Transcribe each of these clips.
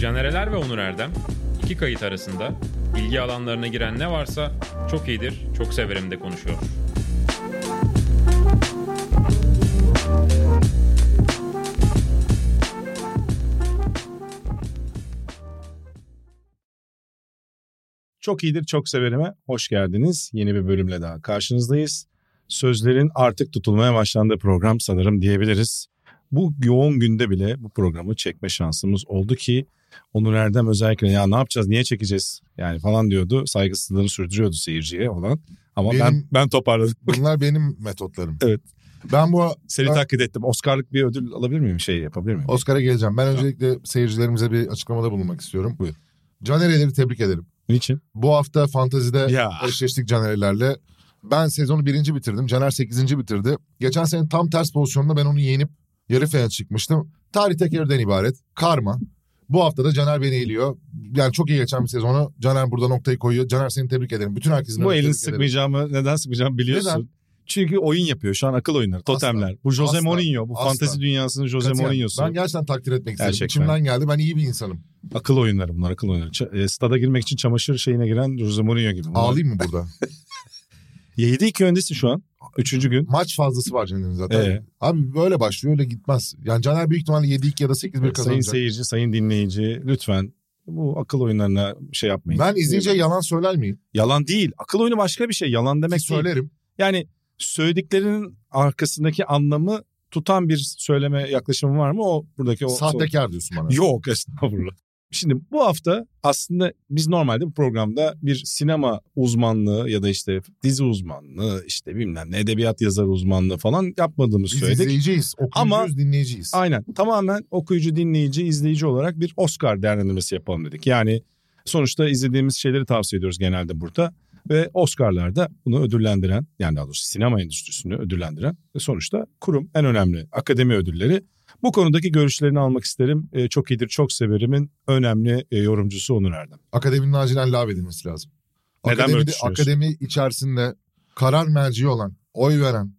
Caner Eler ve Onur Erdem iki kayıt arasında ilgi alanlarına giren ne varsa çok iyidir, çok severim de konuşuyor. Çok iyidir, çok severime. Hoş geldiniz. Yeni bir bölümle daha karşınızdayız. Sözlerin artık tutulmaya başlandığı program sanırım diyebiliriz. Bu yoğun günde bile bu programı çekme şansımız oldu ki Onur Erdem özellikle ya ne yapacağız, niye çekeceğiz yani falan diyordu. Saygısızlığını sürdürüyordu seyirciye olan. Ama ben Benim- ben toparladım. Bunlar benim metotlarım. Evet. Ben bu Seni Ben- taklit ettim. Oscar'lık bir ödül alabilir miyim? Şey yapabilir miyim? Oscar'a geleceğim. Ben öncelikle seyircilerimize bir açıklamada bulunmak istiyorum. Buyur. Caner Eler'i tebrik ederim. Niçin? Bu hafta Fantazi'de Ya. eşleştik Caner Eler'le. Ben sezonu birinci bitirdim. Caner sekizinci bitirdi. Geçen sene tam ters pozisyonda ben onu yenip yarı final çıkmıştım. Tarih tekerden ibaret. Karma. Bu hafta da Caner beni eğiliyor. Yani çok iyi geçen bir sezonu. Caner burada noktayı koyuyor. Caner seni tebrik ederim. Bütün herkesin Bu önünde elin tebrik ederim. sıkmayacağımı, neden sıkmayacağımı biliyorsun. Neden? Çünkü oyun yapıyor şu an akıl oyunları, totemler. Bu Jose Asla. Mourinho, bu Asla. fantezi dünyasının Jose Katiyen. Mourinho'su. Ben gerçekten takdir etmek istedim. Gerçekten. İçimden geldi. Ben iyi bir insanım. Akıl oyunları bunlar, akıl oyunları. Ç- e, stada girmek için çamaşır şeyine giren Jose Mourinho gibi. Bunlar. Ağlayayım mı burada? 7-2 öndesin şu an. Üçüncü gün. Maç fazlası var Caner'in zaten. Ee, Abi böyle başlıyor öyle gitmez. Yani Caner büyük ihtimalle 7-2 ya da 8-1 sayın kazanacak. seyirci, sayın dinleyici lütfen bu akıl oyunlarına şey yapmayın. ben izleyince yalan söyler miyim? Yalan değil. Akıl oyunu başka bir şey. Yalan demek Ki söylerim. değil. Yani söylediklerinin arkasındaki anlamı tutan bir söyleme yaklaşımı var mı? O buradaki o Sahtekar diyorsun bana. Yok estağfurullah. Şimdi bu hafta aslında biz normalde bu programda bir sinema uzmanlığı ya da işte dizi uzmanlığı işte bilmem ne edebiyat yazarı uzmanlığı falan yapmadığımızı Biz söyledik. izleyeceğiz, okuyucuyuz, Ama- dinleyeceğiz. Aynen tamamen okuyucu, dinleyici, izleyici olarak bir Oscar değerlendirmesi yapalım dedik. Yani sonuçta izlediğimiz şeyleri tavsiye ediyoruz genelde burada. Ve Oscar'larda bunu ödüllendiren yani daha doğrusu sinema endüstrisini ödüllendiren ve sonuçta kurum en önemli akademi ödülleri. Bu konudaki görüşlerini almak isterim. Ee, çok iyidir, çok severimin önemli e, yorumcusu Onur Erdem. Akademinin acilen lav edilmesi lazım. Neden böyle Akademide- düşünüyorsun? Akademi içerisinde karar merci olan, oy veren,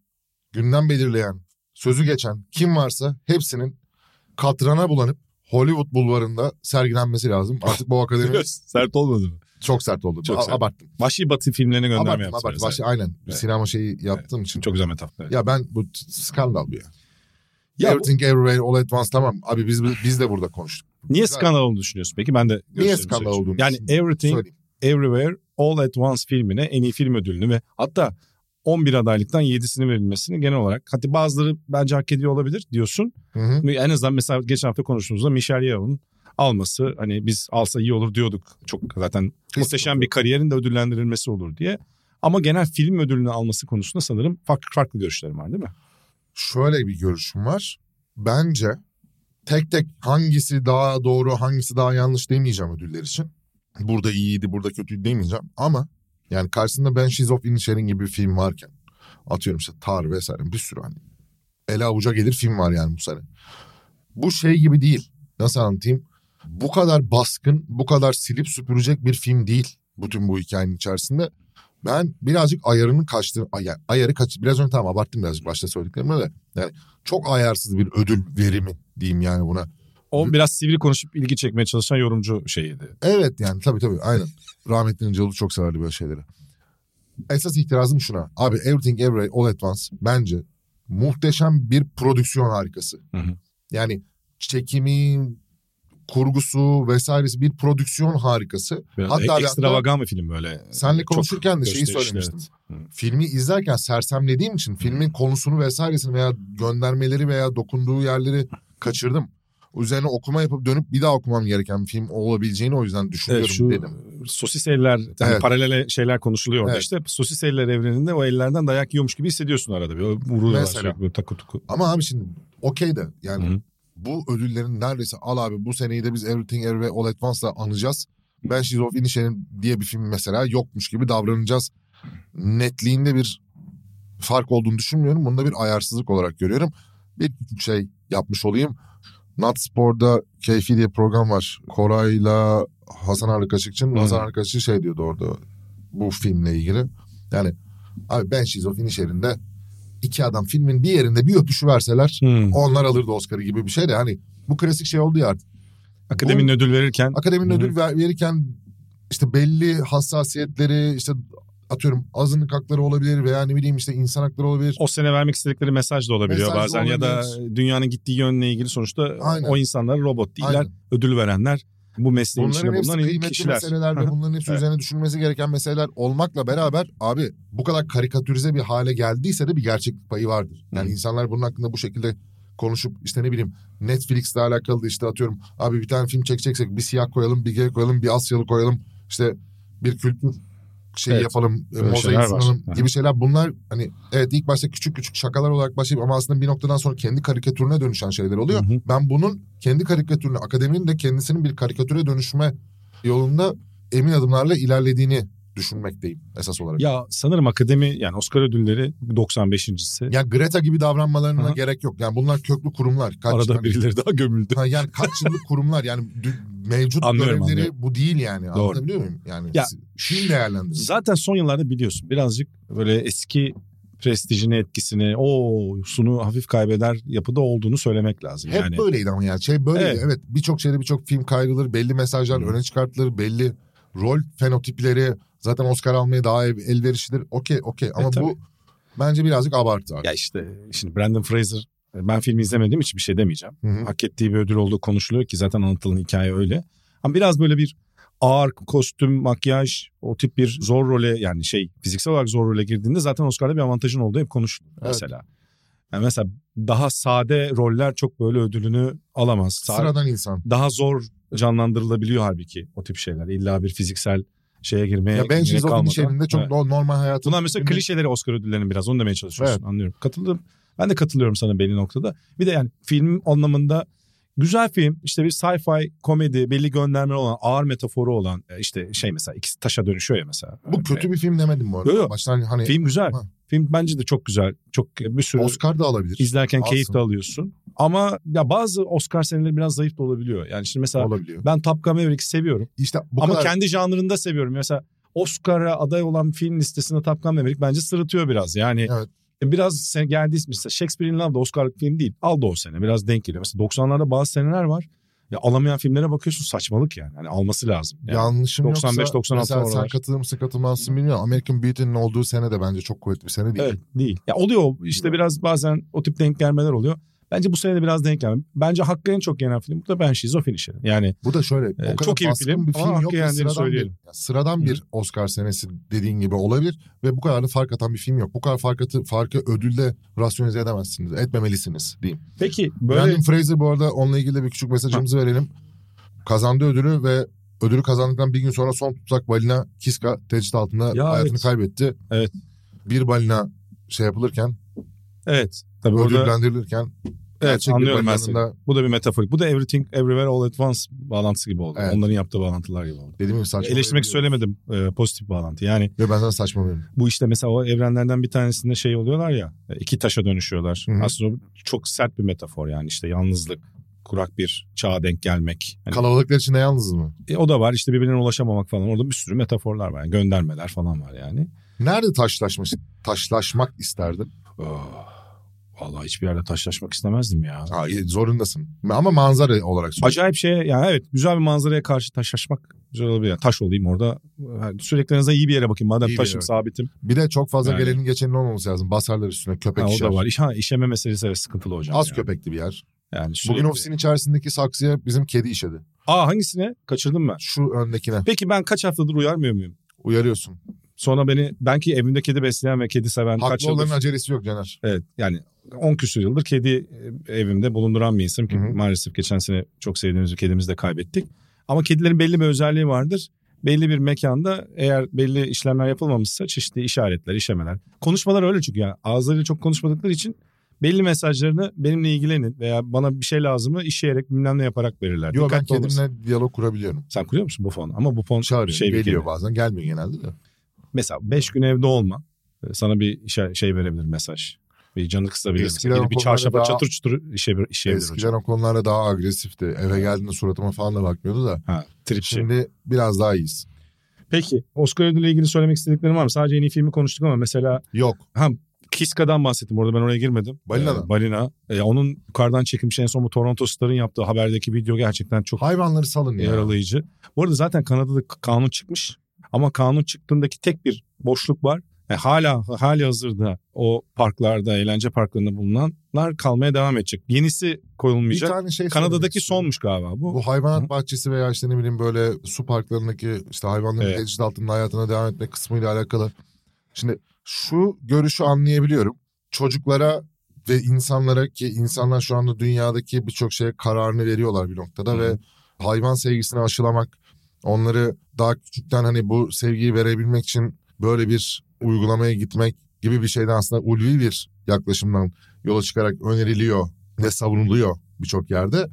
gündem belirleyen, sözü geçen kim varsa hepsinin katrana bulanıp Hollywood bulvarında sergilenmesi lazım. Artık bu akademi Sert olmadı mı? çok sert oldu. Çok A- sert. Abarttım. Vahşi Batı filmlerine gönderme abarttım, yaptınız. abarttım. Evet. Baş- Aynen. Evet. Sinema şeyi yaptığım için. Çok güzel metafor. Evet. Ya ben bu t- skandal bu ya. Ya bu- Everything Everywhere All At Once tamam. Abi biz biz de burada konuştuk. niye Güzel. skandal olduğunu düşünüyorsun peki? Ben de görüşlerimi skandal söyleyeceğim. olduğunu Yani düşünüyorum? Everything Söyleyeyim. Everywhere All At Once filmine en iyi film ödülünü ve hatta 11 adaylıktan 7'sini verilmesini genel olarak hatta bazıları bence hak ediyor olabilir diyorsun. Hı hı. En azından mesela geçen hafta konuştuğumuzda Michelle Yeoh'un alması hani biz alsa iyi olur diyorduk. Çok zaten muhteşem bir kariyerin de ödüllendirilmesi olur diye. Ama genel film ödülünü alması konusunda sanırım farklı farklı görüşlerim var değil mi? Şöyle bir görüşüm var. Bence tek tek hangisi daha doğru hangisi daha yanlış demeyeceğim ödüller için. Burada iyiydi burada kötüydü demeyeceğim ama yani karşısında Banshees of Inisherin gibi bir film varken atıyorum işte Tar vesaire bir sürü hani ele avuca gelir film var yani bu sene. Bu şey gibi değil. Nasıl anlatayım? Bu kadar baskın, bu kadar silip süpürecek bir film değil bütün bu hikayenin içerisinde. Ben birazcık ayarının kaçtığını, ay- ayarı kaç, biraz önce tamam abarttım birazcık başta söylediklerimi de. Yani çok ayarsız bir ödül verimi diyeyim yani buna. O biraz sivri konuşup ilgi çekmeye çalışan yorumcu şeyiydi. Evet yani tabii tabii aynen. Rahmetli İnceoğlu çok severdi böyle şeyleri. Esas itirazım şuna. Abi Everything Everywhere All At Once bence muhteşem bir prodüksiyon harikası. Hı hı. Yani çekimi, kurgusu vesairesi bir prodüksiyon harikası. Biraz Hatta hatta ve hatta ekstravagan bir film böyle. senle Çok konuşurken de şeyi gösterişli, söylemiştim. evet. Hı. Filmi izlerken sersemlediğim için filmin konusunu vesairesini veya göndermeleri veya dokunduğu yerleri kaçırdım. Üzerine okuma yapıp dönüp bir daha okumam gereken bir film olabileceğini o yüzden düşünüyorum Evet, şu dedim. sosis eller yani Evet. paralel şeyler konuşuluyor orada Evet. işte sosis eller evreninde o ellerden dayak yiyormuş gibi hissediyorsun arada bir O vuruyorlar Mesela. sürekli böyle takı tuku. Ama abi şimdi okey de yani Hı. bu ödüllerin neredeyse al abi bu seneyi de biz Everything Everywhere All At Once'la anacağız. Ben She's of Inisherin diye bir film mesela yokmuş gibi davranacağız. Netliğinde bir fark olduğunu düşünmüyorum. Bunu da bir ayarsızlık olarak görüyorum. Bir küçük şey yapmış olayım. Natspor'da Keyfi diye program var. Koray'la Hasan Arlı Kaşıkçı'nın. Hı. Hasan Arlı Kaşıkçı şey diyordu orada bu filmle ilgili. Yani abi Ben She's of Inisherin'de iki adam filmin bir yerinde bir öpüşü verseler Hmm. onlar alırdı Oscar'ı gibi bir şey de hani bu klasik şey oldu ya artık. Akademinin ödül verirken Akademinin Hı hı. ödül ver- verirken işte belli hassasiyetleri işte atıyorum azınlık hakları olabilir veya ne bileyim işte insan hakları olabilir. o sene vermek istedikleri mesaj da olabiliyor Mesaj da bazen ya da dünyanın gittiği yönle ilgili sonuçta Aynen. o insanlar robot değiller. Aynen. Ödül verenler bu mesleğin Bunların içinde hepsi bulunan kıymetli kişiler. meseleler ve Aha. bunların hepsi Evet. üzerine düşünmesi gereken meseleler olmakla beraber abi bu kadar karikatürize bir hale geldiyse de bir gerçeklik payı vardır. Yani Hı. insanlar bunun hakkında bu şekilde konuşup işte ne bileyim Netflix'le alakalı da işte atıyorum abi bir tane film çekeceksek bir siyah koyalım, bir gay koyalım, bir Asyalı koyalım. işte bir kültür şey Evet. yapalım, e, Böyle mozaik şeyler var. sunalım Aha. gibi şeyler. Bunlar hani evet ilk başta küçük küçük şakalar olarak başlayıp ama aslında bir noktadan sonra kendi karikatürüne dönüşen şeyler oluyor. Hı hı. Ben bunun kendi karikatürünü, akademinin de kendisinin bir karikatüre dönüşme yolunda emin adımlarla ilerlediğini düşünmekteyim esas olarak. Ya, Ya sanırım akademi yani Oscar ödülleri 95.si. Greta gibi davranmalarına Aha. gerek yok. Yani bunlar köklü kurumlar. Kaç, Arada hani- birileri daha gömüldü. Ha, yani kaç yıllık kurumlar yani dü- mevcut Anlıyorum, görevleri anlıyorum. bu değil yani. Doğru. Anlatabiliyor muyum? Yani Ya, si- film değerlendirin. Zaten son yıllarda biliyorsun birazcık böyle eski prestijini etkisini o sunu hafif kaybeder yapıda olduğunu söylemek lazım. Hep yani böyleydi ama yani şey böyleydi. Evet. Evet, birçok şeyde birçok film kayrılır, belli mesajlar Hı. öne çıkartılır, belli rol fenotipleri zaten Oscar almaya daha ev- elverişlidir. Okey okey ama E, tabii. bu bence birazcık abartı artık. ya işte şimdi Brandon Fraser ben filmi izlemediğim için bir şey demeyeceğim. Hı hı. Hak ettiği bir ödül olduğu konuşuluyor ki zaten anlatılan hikaye öyle. Ama biraz böyle bir ağır kostüm, makyaj o tip bir zor role yani şey fiziksel olarak zor role girdiğinde zaten Oscar'da bir avantajın olduğu hep konuşulur Evet. mesela. Yani mesela daha sade roller çok böyle ödülünü alamaz. Sa- Sıradan insan. daha zor canlandırılabiliyor halbuki o tip şeyler. İlla bir fiziksel şeye girmeye Ya ben gerek şizofreni kalmadan. şeklinde çok Evet. no- normal hayatım. Bunlar mesela klişeleri Oscar ödüllerinin biraz onu demeye çalışıyorsun. Evet. Anlıyorum. Katıldım. Ben de katılıyorum sana belli noktada. Bir de yani film anlamında güzel film işte bir sci-fi komedi belli gönderme olan ağır metaforu olan e, işte şey mesela ikisi taşa dönüşüyor ya mesela. Bu kötü bir film demedim bu arada. Yo, yo. Baştan hani Film güzel. Ha. Film bence de çok güzel. Çok e, bir sürü Oscar da alabilir. izlerken keyif Alsın. de alıyorsun. Ama ya bazı Oscar seneleri biraz zayıf da olabiliyor. Yani şimdi mesela Olabiliyor. ben Top Gun Maverick'i seviyorum. İşte bu Ama kadar kendi janrında seviyorum. Mesela Oscar'a aday olan film listesinde Top Gun Maverick bence sırıtıyor biraz. Yani Evet. biraz sen geldi mesela Shakespeare in Love da Oscar'lık film değil. Aldı o sene biraz denk geliyor. Mesela 90'larda bazı seneler var. Ya alamayan filmlere bakıyorsun saçmalık yani. Hani alması lazım. Yani yanlışım 95, yoksa 96 mesela sen oralar. katılır mısın katılmaz mısın bilmiyorum. American Beauty'nin olduğu sene de bence çok kuvvetli bir şey. sene değil. Evet değil. Ya oluyor işte biraz bazen o tip denk gelmeler oluyor. Bence bu sene de biraz denk gelmedi. Bence hakkı en çok yenen film bu da Ben Şizofren işi. Yani Bu da şöyle o Ee, kadar çok iyi bir baskın film bir ama film yok hakkı ve yendiğini sıradan bir, söyleyelim. yani sıradan bir Oscar senesi dediğin gibi olabilir ve bu kadar da fark atan bir film yok. Bu kadar fark atı, farkı ödülle rasyonize edemezsiniz, etmemelisiniz diyeyim. peki böyle Brandon Fraser bu arada onunla ilgili de bir küçük mesajımızı verelim. Kazandı ödülü ve ödülü kazandıktan bir gün sonra son tutsak balina Kiska tecrit altında Ya hayatını evet. kaybetti. Evet. Bir balina şey yapılırken, evet. Tabii orada, ödüllendirilirken evet bir anlıyorum ben balinanın seni. da Bu da bir metaforik. Bu da Everything Everywhere All at Once bağlantısı gibi oldu. Evet. Onların yaptığı bağlantılar gibi oldu. dediğim gibi saçma. Eleştirmek söylemedim e, pozitif bağlantı. Yani Ve ben sana saçmalıyorum. bu işte mesela o evrenlerden bir tanesinde şey oluyorlar ya iki taşa dönüşüyorlar. Hı hı. Aslında bu çok sert bir metafor yani işte yalnızlık kurak bir çağa denk gelmek. Hani, Kalabalıklar içinde yalnız mı? e, o da var işte birbirine ulaşamamak falan. Orada bir sürü metaforlar var. Yani göndermeler falan var yani. Nerede taşlaşmış, taşlaşmak isterdin? Oh, vallahi hiçbir yerde taşlaşmak istemezdim ya. Ha, e, zorundasın. Ama manzara olarak söylüyorum. Acayip şey yani evet güzel bir manzaraya karşı taşlaşmak güzel olabilir. Yani taş olayım orada. Yani sürekli en azından iyi bir yere bakayım. Madem İyi bir taşım yere sabitim. Bir de çok fazla Yani. gelenin geçenin olmaması lazım. Basarlar üstüne köpek Ha, o işer. da var. İş, ha, işeme meselesi evet sıkıntılı hocam. Az ya. köpekli bir yer. Yani Bugün sürekli- ofisin içerisindeki saksıya bizim kedi işedi. Aa hangisine? Kaçırdım ben. Şu öndekine Peki ben kaç haftadır uyarmıyor muyum? uyarıyorsun. Sonra beni ben ki evimde kedi besleyen ve kedi seven kaç Haklı yıldır. olanın acelesi yok Caner. Evet yani 10 küsur yıldır kedi e, evimde bulunduran bir insanım ki Hı hı. maalesef geçen sene çok sevdiğimiz bir kedimizi de kaybettik. Ama kedilerin belli bir özelliği vardır. Belli bir mekanda eğer belli işlemler yapılmamışsa çeşitli işaretler, işemeler. Konuşmalar öyle çünkü yani ağızlarıyla çok konuşmadıkları için belli mesajlarını benimle ilgilenin veya bana bir şey lazımı işeyerek bilmem ne yaparak verirler. Yok ben Dikkatli kedimle olursun. diyalog kurabiliyorum. Sen kuruyor musun bu fonu? Ama bu fon Çağırıyorum. şey bir geliyor kedi. Şey bazen gelmiyor genelde de. Mesela 5 gün evde olma. Ee, Sana bir şey, şey verebilir mesaj. Bir canı kısabilir. Eskiden Mesela Gidip bir okullarda çarşafa daha- çatır çutur işe, işeyebilir hocam. Eskiden o konularda daha agresifti. Eve geldiğinde suratıma falan da bakmıyordu da. Ha, trip şey. Şimdi biraz daha iyiyiz. Peki Oscar ödülüyle ilgili söylemek istediklerim var mı? Sadece en iyi filmi konuştuk ama mesela Yok. ha, Kiska'dan bahsettim orada ben oraya girmedim. Balina'dan. Ee, balina. Ee, onun yukarıdan çekilmiş en son bu Toronto Star'ın yaptığı haberdeki video gerçekten çok Hayvanları salın ya. yaralayıcı. Bu arada zaten Kanada'da k- kanun çıkmış. Ama kanun çıktığındaki tek bir boşluk var. Yani hala hali hazırda o parklarda, eğlence parklarında bulunanlar kalmaya devam edecek. Yenisi Bir koyulmayacak. tane şey söylemek Kanada'daki istiyorum. sonmuş galiba bu. Bu hayvanat Hı. bahçesi veya işte ne bileyim böyle su parklarındaki işte hayvanların Evet. tecrit altında hayatına devam etme kısmıyla alakalı. Şimdi şu görüşü anlayabiliyorum. Çocuklara ve insanlara ki insanlar şu anda dünyadaki birçok şeye kararını veriyorlar bir noktada Hı. ve hayvan sevgisini aşılamak, onları daha küçükten hani bu sevgiyi verebilmek için böyle bir uygulamaya gitmek gibi bir şeyden aslında ulvi bir yaklaşımdan yola çıkarak öneriliyor ve savunuluyor birçok yerde.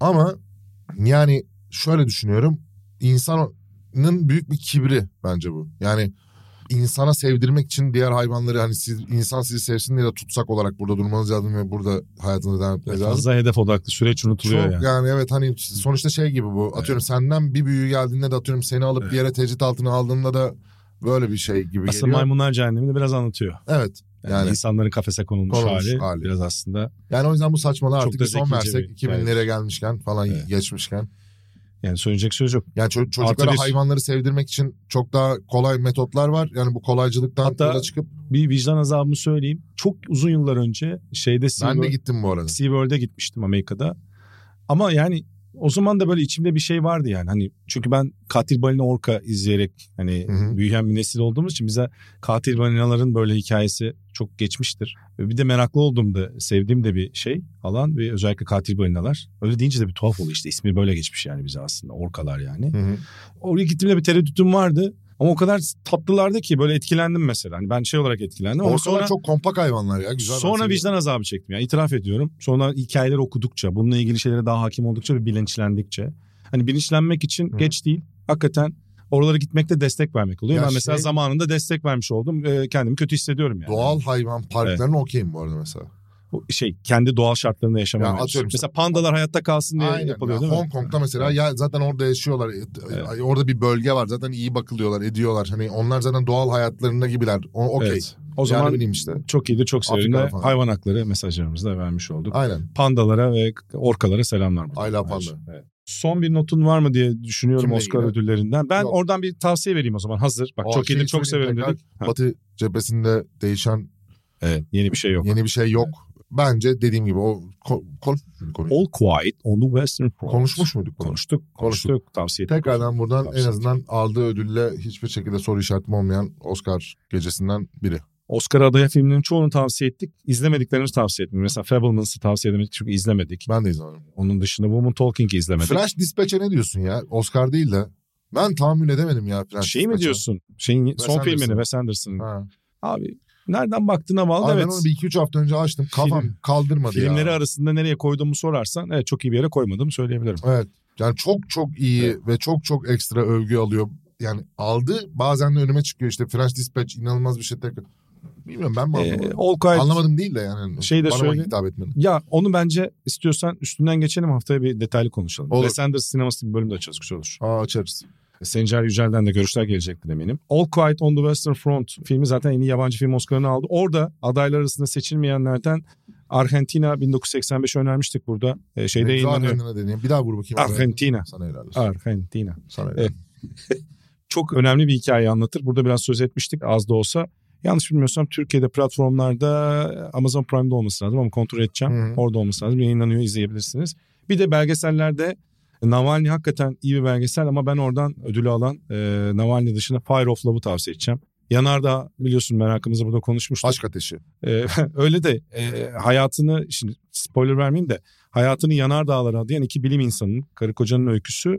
Ama yani şöyle düşünüyorum. İnsanın büyük bir kibri bence bu. Yani insana sevdirmek için diğer hayvanları hani siz, insan sizi sevsin diye de tutsak olarak burada durmanız lazım ve burada hayatınızı devam etmeniz lazım. Fazla hedef odaklı süreç unutuluyor Çok yani. yani. evet hani sonuçta şey gibi bu. Atıyorum senden bir büyüğü geldiğinde de atıyorum seni alıp bir yere tecrit altına aldığımda da böyle bir şey gibi Aslında geliyor. maymunlar cehennemini biraz anlatıyor. Evet. Yani, Yani- insanların kafese konulmuş, Konulmuş hali, hali. biraz aslında Yani o yüzden bu saçmalığa Çok artık da bir son zekice versek bir- 2000'lere gelmişken falan Evet. geçmişken. yani söyleyecek söz yok. Yani ço- çocuklara bir- hayvanları sevdirmek için çok daha kolay metotlar var. Yani bu kolaycılıktan Hatta- yola çıkıp Bir vicdan azabımı söyleyeyim. Çok uzun yıllar önce şeyde ben de SeaWorld- gittim bu arada. SeaWorld'e gitmiştim Amerika'da. Ama yani o zaman da böyle içimde bir şey vardı yani. Hani çünkü ben Katil Balina Orka izleyerek hani Hı hı. büyüyen bir nesil olduğumuz için bize katil balinaların böyle hikayesi çok geçmiştir. Ve Bir de meraklı olduğum da sevdiğim de bir şey alan ve özellikle katil balinalar. Öyle deyince de bir tuhaf oluyor işte ismi böyle geçmiş yani bize aslında orkalar yani. Hı hı. Oraya gittiğimde bir tereddütüm vardı. Ama o kadar tatlılardı ki böyle etkilendim mesela. Hani ben şey olarak etkilendim ama Ortalar sonra çok kompak hayvanlar ya. Güzel ben sonra seviyorum. vicdan azabı çektim. Yani itiraf ediyorum. Sonra hikayeleri okudukça, bununla ilgili şeylere daha hakim oldukça ve bilinçlendikçe. Hani bilinçlenmek için Hı. geç değil. Hakikaten oralara gitmekte destek vermek oluyor. Ya ben mesela şey- zamanında destek vermiş oldum. Ee, kendimi kötü hissediyorum yani. Doğal hayvan parklarına okeyim bu arada mesela. Bu Şey, kendi doğal şartlarında yaşamam. Ya mevzusu. atıyorum işte- mesela pandalar hayatta kalsın diye Aynen. yapılıyor Ya değil mi? Hong Kong'da mesela ya zaten orada yaşıyorlar. E, Evet. Orada bir bölge var. Zaten iyi bakılıyorlar, ediyorlar. Hani onlar zaten doğal hayatlarında gibiler. O okey. Evet. O O zaman zaman yani bileyim işte. çok iyidir, çok severim. Afrika'da ve falan. Hayvan hakları mesajlarımızı da vermiş olduk. Aynen. Pandalara ve orkalara selamlar. buradan. I love panda. Evet. Son bir notun var mı diye düşünüyorum Kimle Oscar ilgili? ödüllerinden. Ben Yok. oradan bir tavsiye vereyim o zaman. Hazır. Bak Aa, çok şeyi iyidir, çok söyleyeyim severim tekrar. dedik. Ha, Batı cephesinde değişen evet, yeni bir şey yok. yeni bir şey yok. Bence dediğim gibi o ko- konuşmuş muyduk konuyu? All Quiet on the Western Front. konuşmuş muyduk konuyu? Konuştuk. Konuştuk. Tavsiye ettik. Tekrardan buradan Tavsiye en ettik. azından aldığı ödülle hiçbir şekilde soru işaretim olmayan Oscar gecesinden biri. Oscar adaya filmlerin çoğunu tavsiye ettik. İzlemediklerimizi tavsiye etmiyorum. Mesela Fableman's'ı tavsiye edemedik çünkü izlemedik. Ben de izlemedim. Onun dışında Woman Talking'i izlemedik. Flash Dispatch'e ne diyorsun ya? Oscar değil de. Ben tahammül edemedim ya Flash şey mi Dispatch'e. diyorsun? Şeyin Wes son filmini Anderson. Wes Anderson'ın. Ha. Abi nereden baktığına bağlı. Abi evet. ben onu bir iki üç hafta önce açtım. Kafam Film- kaldırmadı Filmleri ya. arasında nereye koyduğumu sorarsan evet çok iyi bir yere koymadım söyleyebilirim. Evet. Yani çok çok iyi ve çok çok ekstra övgü alıyor. Yani aldı bazen de önüme çıkıyor işte Flash Dispatch inanılmaz bir şey tekrar. Bilmiyorum ben mi Ee, anlamadım? All Quiet Anlamadım değil de yani. Şey de bana söyle. hitap etmedi. Ya onu bence istiyorsan üstünden geçelim haftaya bir detaylı konuşalım. Olur. Wes Anderson sineması bir bölüm de açarız güzel olur. Aa açarız. Sencer Yücel'den de görüşler gelecektir eminim. All Quiet on the Western Front filmi zaten en iyi yabancı film Oscar'ını aldı. Orada adaylar arasında seçilmeyenlerden Argentina 1985 önermiştik burada. Ee, şeyde Ne güzel yayınlanıyor. Argentina dediğin. Bir daha vur bakayım. Argentina. Sana helal olsun. Argentina. Sana helal Evet. çok önemli bir hikaye anlatır. Burada biraz söz etmiştik az da olsa. Yanlış bilmiyorsam Türkiye'de platformlarda e, Amazon Prime'de olması lazım ama kontrol edeceğim. Hı hı. Orada olması lazım. Yayınlanıyor izleyebilirsiniz. Bir de belgesellerde e, Navalny hakikaten iyi bir belgesel ama ben oradan ödülü alan e, Navalny dışında Fire of Love'ı tavsiye edeceğim. Yanardağ biliyorsun merakımızı burada konuşmuştuk. Aşk ateşi. E, öyle de e, hayatını şimdi spoiler vermeyeyim de hayatını Yanardağlara adayan iki bilim insanının karı kocanın öyküsü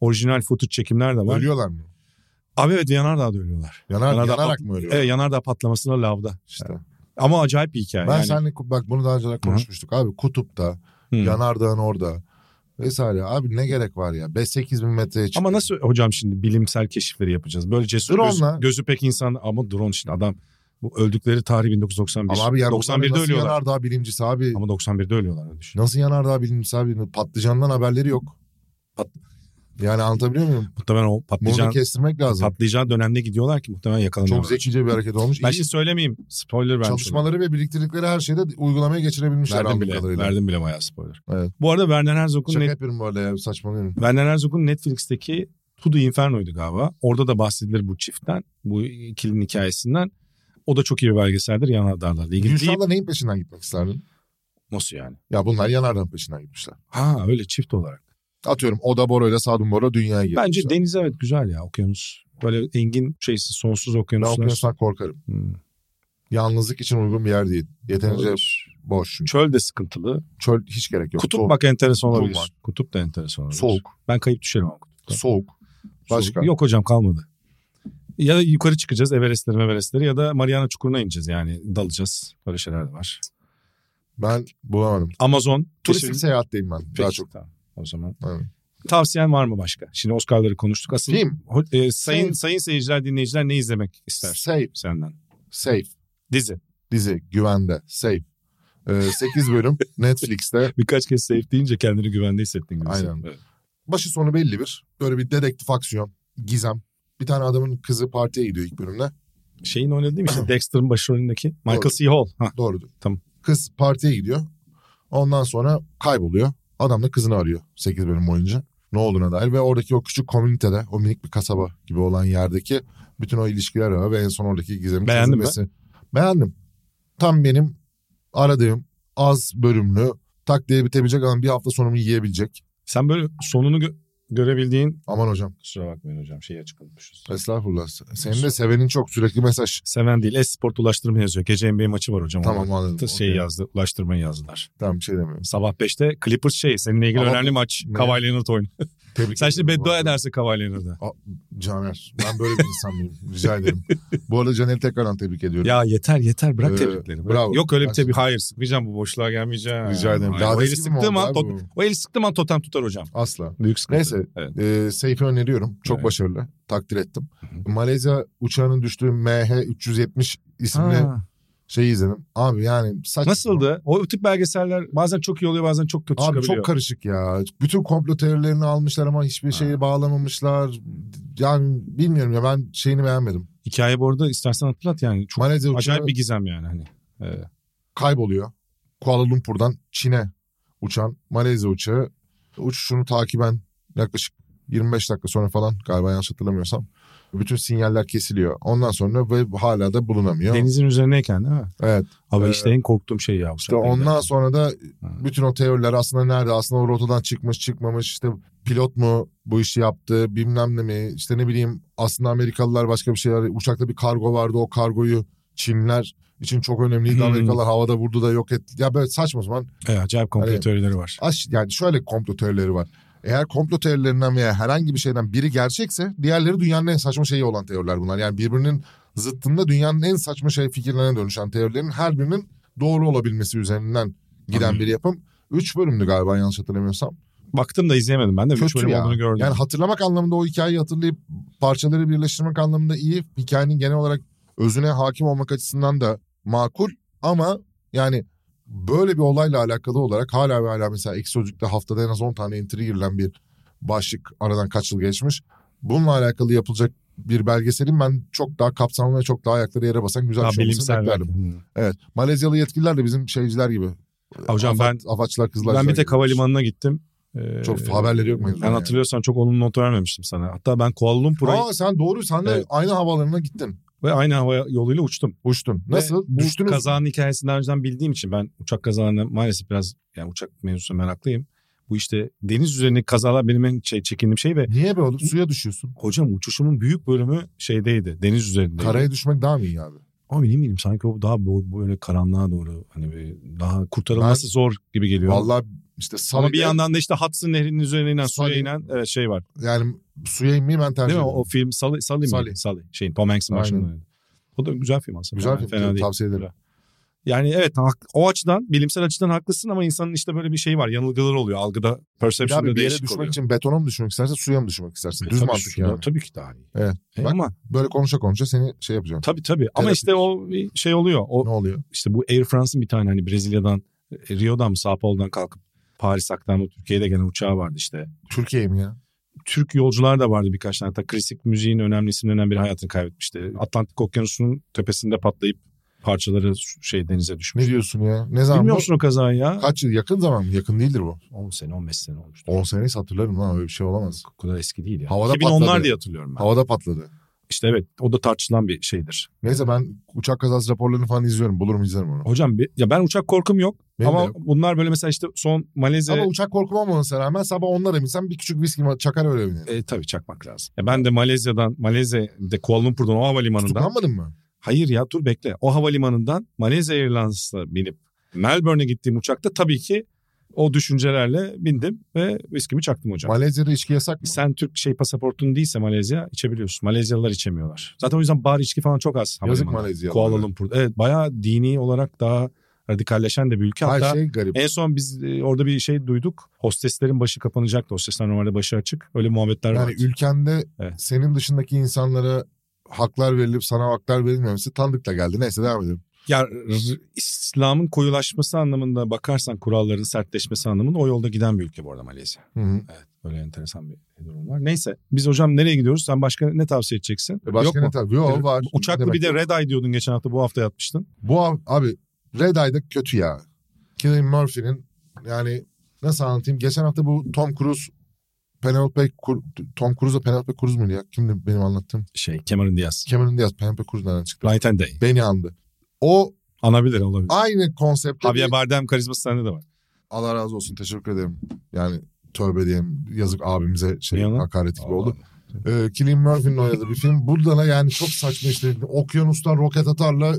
orijinal footage çekimler de var. Ölüyorlar mı? Abi evet Yanardağ'da ölüyorlar. Yanar, Yanardağ yanarak pat- mı ölüyorlar? Evet yanardağ patlamasında lavda. İşte. Ama acayip bir hikaye. Ben yani. seninle ku- bak bunu daha önce de konuşmuştuk. Abi kutupta, Hı. yanardağın orada vesaire. Abi ne gerek var ya? 5-8 bin metreye çık. Ama nasıl hocam şimdi bilimsel keşifleri yapacağız? Böyle cesur göz, Drone'la. gözü pek insan ama drone şimdi adam bu öldükleri tarih 1991. Ama abi yani 91'de nasıl ölüyorlar. yanardağ bilimcisi abi? Ama 91'de ölüyorlar öyle düşün. Nasıl yanardağ bilimcisi abi? Patlıcandan haberleri yok. Yani anlatabiliyor muyum? Muhtemelen o Bunu patlayacağın, kestirmek lazım. patlayacağı dönemde gidiyorlar ki muhtemelen yakalanıyorlar. Çok zekice bir hareket olmuş. Ben İyi şimdi söylemeyeyim. Spoiler vermiş olayım. çalışmaları ve biriktirdikleri her şeyi de uygulamaya geçirebilmişler Verdim anladığım bile. kadarıyla. Verdim bile bayağı spoiler. Evet. Bu arada Werner Herzog'un Şaka net, yapıyorum bu arada ya saçmalıyorum. Werner Herzog'un Netflix'teki To the Inferno'ydu galiba. Orada da bahsedilir bu çiftten, bu ikilinin hikayesinden. O da çok iyi bir belgeseldir yanardarlarla ilgili. deyip- Gülşah'la neyin peşinden gitmek isterdin? Nasıl yani? Ya bunlar yanardan peşinden gitmişler. Ha öyle çift olarak. Atıyorum Oda Bora ile Sadun Bora dünyaya gitmişler. Bence deniz evet güzel ya okyanus. Böyle engin şeysiz sonsuz Ben okyanuslar. okyanustan korkarım. Hmm. Yalnızlık için uygun bir yer değil. Yeterince boş çünkü. Çöl de sıkıntılı. Çöl hiç gerek yok. kutup Soğuk. bak enteresan Soğuk olabilir. var. Kutup da enteresan olabilir. Soğuk. Ben kayıp düşerim ama kutupta. Soğuk. Başka? Soğuk. Yok hocam kalmadı. Ya da yukarı çıkacağız Everest'lere Everest'lere ya da Mariana Çukuru'na ineceğiz yani dalacağız. Böyle şeyler de var. Ben bulamadım. Amazon. Turistik keşif- seyahatteyim ben daha Peki, çok. Tamam. O zaman. Evet. Tavsiyen var mı başka? Şimdi Oscar'ları konuştuk. Asıl Film. Ho- e, sayın Film. sayın seyirciler dinleyiciler ne izlemek ister Safe. senden? Safe. Dizi. Dizi. Güvende. Safe. 8 bölüm Netflix'te. Birkaç kez safe deyince kendini güvende hissettin gibi. Aynen. Evet. Başı sonu belli bir. Böyle bir dedektif aksiyon. Gizem. Bir tane adamın kızı partiye gidiyor ilk bölümde. Şeyin oynadığı değil mi? İşte Dexter'ın başrolündeki Michael Doğru. C. Hall. Ha, Doğrudur. Tamam. Kız partiye gidiyor. Ondan sonra kayboluyor. Adam da kızını arıyor 8 bölüm boyunca. Ne olduğuna dair ve oradaki o küçük komünitede o minik bir kasaba gibi olan yerdeki bütün o ilişkiler var ve en son oradaki gizemin Beğendin mi? çözülmesi. Beğendim. Tam benim aradığım az bölümlü tak diye bitebilecek ama bir hafta sonumu yiyebilecek. Sen böyle sonunu gö- görebildiğin... Aman hocam Kusura bakmayın hocam şeyi açıklamışız. estağfurullah. Senin de sevenin çok sürekli mesaj. Seven değil. Esport ulaştırma yazıyor. Gece NBA maçı var hocam. Tamam Orada anladım. şey Okey. yazdı. Ulaştırmayı yazdılar. Tamam bir şey demiyorum. Sabah 5'te Clippers şey seninle ilgili Ama önemli maç. Ne? Kawhi Leonard oyun. Tebrik Sen şimdi ediyorum bu beddua arada. ederse Kawhi Leonard'a. Caner ben böyle bir insan mıyım? Rica ederim. Bu arada Caner'i tekrardan tebrik ediyorum. Ya yeter yeter bırak Ee, tebrikleri. bırak. bravo. Yok öyle bir Gerçekten. tebrik. Hayır sıkmayacağım bu boşluğa gelmeyeceğim. Rica ederim. Hayır, Daha o da eli eski mi sıktığım an oldu abi tot- o eli sıktığım an totem tutar hocam. Asla. Büyük sıkıntı. Neyse. Evet. Ee, Seyfi öneriyorum. Çok Evet. başarılı. Takdir ettim. hı. Malezya uçağının düştüğü MH370 isimli Ha. şeyi izledim. Abi yani saç... Nasıldı? O tip belgeseller bazen çok iyi oluyor bazen çok kötü Abi çıkabiliyor. çok karışık ya. Bütün komplo teorilerini almışlar ama hiçbir Ha. şeyi bağlamamışlar. Yani bilmiyorum ya ben şeyini beğenmedim. Hikaye bu arada istersen hatırlat yani. Çok Malezya uçağı acayip bir gizem yani hani. Ee, kayboluyor. Kuala Lumpur'dan Çin'e uçan Malezya uçağı uçuşunu takiben yaklaşık 25 dakika sonra falan galiba yanlış hatırlamıyorsam bütün sinyaller kesiliyor. Ondan sonra ve hala da bulunamıyor. denizin üzerindeyken değil mi? Evet. Ama Ee, işte en korktuğum şey ya. bu İşte saatte ondan giderken. sonra da Ha. bütün o teoriler aslında nerede? Aslında o rotadan çıkmış çıkmamış işte pilot mu bu işi yaptı bilmem ne mi işte ne bileyim aslında Amerikalılar başka bir şeyler uçakta bir kargo vardı o kargoyu Çinliler için çok önemliydi Hmm. Amerikalılar havada vurdu da yok etti. Ya böyle saçma sapan Evet, acayip komplo Hani- teorileri var. Aş, yani şöyle komplo teorileri var. Eğer komplo teorilerinden veya herhangi bir şeyden biri gerçekse diğerleri dünyanın en saçma şeyi olan teoriler bunlar. Yani birbirinin zıttında dünyanın en saçma şey fikirlerine dönüşen teorilerin her birinin doğru olabilmesi üzerinden giden Anladım. bir yapım. Üç bölümdü galiba yanlış hatırlamıyorsam. Baktım da izleyemedim ben de. Üç Kötü bölüm ya. olduğunu gördüm. Yani hatırlamak anlamında o hikayeyi hatırlayıp parçaları birleştirmek anlamında iyi. Hikayenin genel olarak özüne hakim olmak açısından da makul. Ama yani böyle bir olayla alakalı olarak hala ve hala mesela Ek Sözlük'te haftada en az 10 tane entry girilen bir başlık aradan kaç yıl geçmiş. Bununla alakalı yapılacak bir belgeselin ben çok daha kapsamlı ve çok daha ayakları yere basan güzel Daha bir şey olmasını bilimsel beklerdim. belki. Hı. Evet. Malezyalı yetkililer de bizim şeyciler gibi. Hocam ben Afaçlar, kızlar. ben bir tek havalimanına gittim. Ee, Çok haberleri yok mu Ben yani? hatırlıyorsan çok olumlu not vermemiştim sana. Hatta ben Kuala Lumpur'a Aa sen doğru sen de Evet. aynı havalarına gittin. ve aynı hava yoluyla uçtum. Uçtun. Ve Nasıl? bu Düştünüz. mü? kazanın hikayesini daha önceden bildiğim için ben uçak kazalarına maalesef biraz yani uçak mevzusuna meraklıyım. Bu işte deniz üzerindeki kazalar benim en şey, çekindiğim şey ve Niye be oğlum? Suya düşüyorsun. hocam uçuşumun büyük bölümü şeydeydi deniz üzerindeydi. Karaya düşmek daha mı iyi abi? Ama ne bileyim sanki o daha bo- böyle karanlığa doğru hani bir daha kurtarılması zor gibi geliyor. Vallahi işte Ama sana bir yandan da işte Hudson Nehri'nin üzerine inen suya Sully. inen evet, şey var. yani suya inmeyi ben tercih Değil mi? ederim. O, o film Sully, Sully, Sully. mi? Sully. Şeyin Tom Hanks'in Aynen. başında. oynadı. O da güzel film aslında. Güzel Fena- film. Fena değil. Tavsiye ederim. Yani evet hak- o açıdan bilimsel açıdan haklısın ama insanın işte böyle bir şey var. Yanılgıları oluyor. Algıda Bir perception'da abi bir yere değişik düşmek oluyor. için betona mı düşmek istersen suya mı düşmek istersin? E, Düz tabii mantık şurada yani. Tabii ki daha iyi. Evet. E, Bak- ama Böyle konuşa konuşa seni şey yapacağım. tabii tabii. Ama Terapi. işte o bir şey oluyor. O Ne oluyor? işte bu Air France'ın bir tane hani Brezilya'dan e, Rio'dan mı Sao Paulo'dan kalkıp Paris aktarma Türkiye'de gelen uçağı vardı işte. Türkiye mi ya? Türk yolcular da vardı birkaç tane. Hatta klasik müziğin önemli isimlerinden biri hayatını kaybetmişti. Atlantik Okyanusu'nun tepesinde patlayıp parçaları su- şey denize Ne düşmüş. diyorsun ya? Ne zaman Bilmiyor bu? musun o kazayı ya? Kaç yıl? Yakın zaman mı? Yakın değildir bu. 10 sene 15 sene olmuştu. 10 seneyse hatırlarım lan öyle bir şey olamaz. O kadar eski değil ya. Havada 2010'lar patladı. diye hatırlıyorum ben. Havada patladı. İşte evet o da tartışılan bir şeydir. Neyse ben uçak kazası raporlarını falan izliyorum. Bulurum izlerim onu. Hocam bir- ya ben uçak korkum yok. Benim de ama yok. bunlar böyle mesela işte son Malezya... Ama uçak korkum olmamasına rağmen sabah onlara binsem bir küçük viski ma- çakar öyle binerim. E, tabii çakmak lazım. Ya ben de Malezya'dan, Malezya'da Kuala Lumpur'dan o havalimanından... Tutuklanmadın mı? Hayır ya dur bekle. O havalimanından Malezya Airlines'a binip Melbourne'e gittiğim uçakta tabii ki o düşüncelerle bindim ve viskimi çaktım hocam. Malezya'da içki yasak mı? Sen Türk şey pasaportun değilse Malezya içebiliyorsun. Malezyalılar içemiyorlar. Zaten o yüzden bar içki falan çok az. Yazık havalimanında. Malezyalılara. Kuala Lumpur. Evet bayağı dini olarak daha radikalleşen de bir ülke. Hatta Her şey garip. en son biz e, orada bir şey duyduk. Hosteslerin başı kapanacaktı. Hostesler normalde başı açık. Öyle muhabbetler Yani vardı. ülkende Evet. senin dışındaki insanlara haklar verilip sana haklar verilmemesi tanıdıkla geldi. Neyse devam edelim. Ya r- İslam'ın koyulaşması anlamında bakarsan kuralların sertleşmesi anlamında o yolda giden bir ülke bu arada Malezya. Hı hı. Öyle enteresan bir durum var. Neyse biz hocam nereye gidiyoruz? Sen başka ne tavsiye edeceksin? E başka Yok ne mu? tabii? Yok var. Uçaklı Demek- bir de Red Eye diyordun geçen hafta bu hafta yatmıştın. Bu ab- abi Red Eye'da kötü ya. Cillian Murphy'nin yani nasıl anlatayım? Geçen hafta bu Tom Cruise Penelope Cru- Tom Cruise'la Penelope Cruz muydu ya? Kimdi benim anlattığım? Şey Cameron Diaz. Cameron Diaz Penelope Cruz nereden çıktı? Night and Day. Beni andı. O Anabilir olabilir. aynı konseptte bir- Javier Bardem karizması sende de var. Allah razı olsun teşekkür ederim. Yani tövbe diyeyim yazık abimize şey Niye lan? hakaret gibi oldu. Ee, Cillian Murphy'nin oynadığı bir film. Burada da yani çok saçma işte okyanustan roket atarla